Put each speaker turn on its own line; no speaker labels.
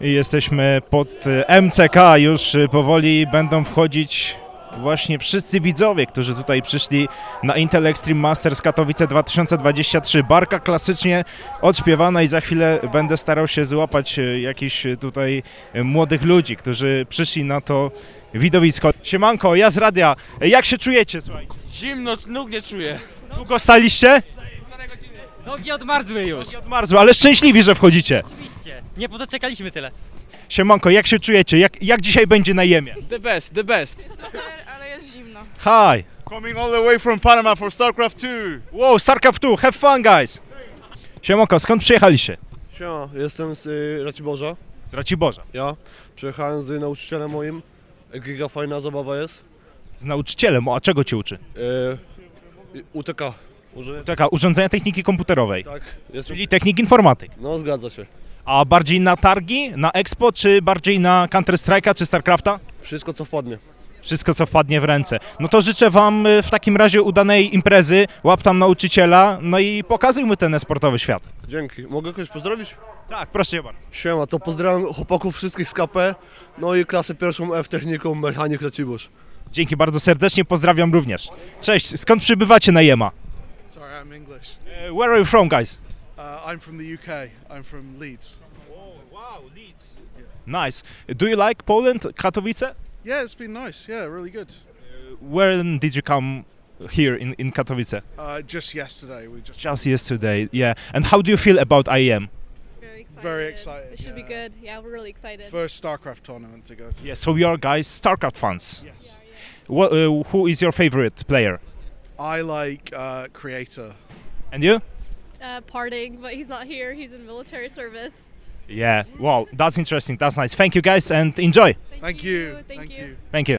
I Jesteśmy pod e, MCK, już e, powoli będą wchodzić właśnie wszyscy widzowie, którzy tutaj przyszli na Intel Extreme Masters Katowice 2023. Barka klasycznie odśpiewana i za chwilę będę starał się złapać e, jakichś e, tutaj e, młodych ludzi, którzy przyszli na to widowisko. Siemanko, ja z radia. E, Jak się czujecie, słuchajcie?
Zimno, nóg nie czuję.
Długo staliście?
Nogi odmarzły już.
Odmarzły, ale szczęśliwi, że wchodzicie.
Oczywiście. Nie podoczekaliśmy tyle.
Siemanko, jak się czujecie? Jak, jak dzisiaj będzie na jemie?
The best, the best.
ale jest zimno.
Hi!
Coming all the way from Panama for StarCraft 2.
Wow, StarCraft 2, have fun guys! Siemanko, skąd przyjechaliście?
Siema, jestem z y, Raciborza.
Z Raciborza.
Ja przyjechałem z nauczycielem moim. Giga fajna zabawa jest.
Z nauczycielem, o, a czego cię uczy?
Y, y, UTK. Użyję?
Taka, urządzenia techniki komputerowej,
Tak, jestem.
czyli technik informatyk.
No zgadza się.
A bardziej na targi, na Expo, czy bardziej na Counter-Strike'a, czy StarCrafta?
Wszystko co wpadnie.
Wszystko, co wpadnie w ręce. No to życzę wam y, w takim razie udanej imprezy, łap tam nauczyciela, no i pokazuj mu ten esportowy świat.
Dzięki. Mogę kogoś pozdrowić?
Tak, proszę cię bardzo.
Siema, to pozdrawiam chłopaków wszystkich z KP. No i klasę pierwszą F techniką mechanik Raciborz.
Dzięki bardzo serdecznie, pozdrawiam również. Cześć, skąd przybywacie na Jema?
Sorry, I'm English.
E, Where are you from, guys?
Uh, I'm from the UK. I'm from Leeds.
Nice. Do you like Poland, Katowice?
Yeah, it's been nice. Yeah, really good.
When did you come here in, in Katowice?
Uh, just yesterday, we just
Just yesterday, yeah. And how do you feel about IEM?
Very excited.
Very excited,
It should be
yeah.
good. Yeah, we're really excited.
first StarCraft tournament to go to.
Yeah, so you are guys StarCraft fans. Yes. What, uh, who is your favorite player?
I like uh, creator.
And you?
Uh, parting, but he's not here. He's in military service.
Yeah. Wow, that's interesting. That's nice. Thank you guys and enjoy.
Thank you.
Thank, you.
Thank you.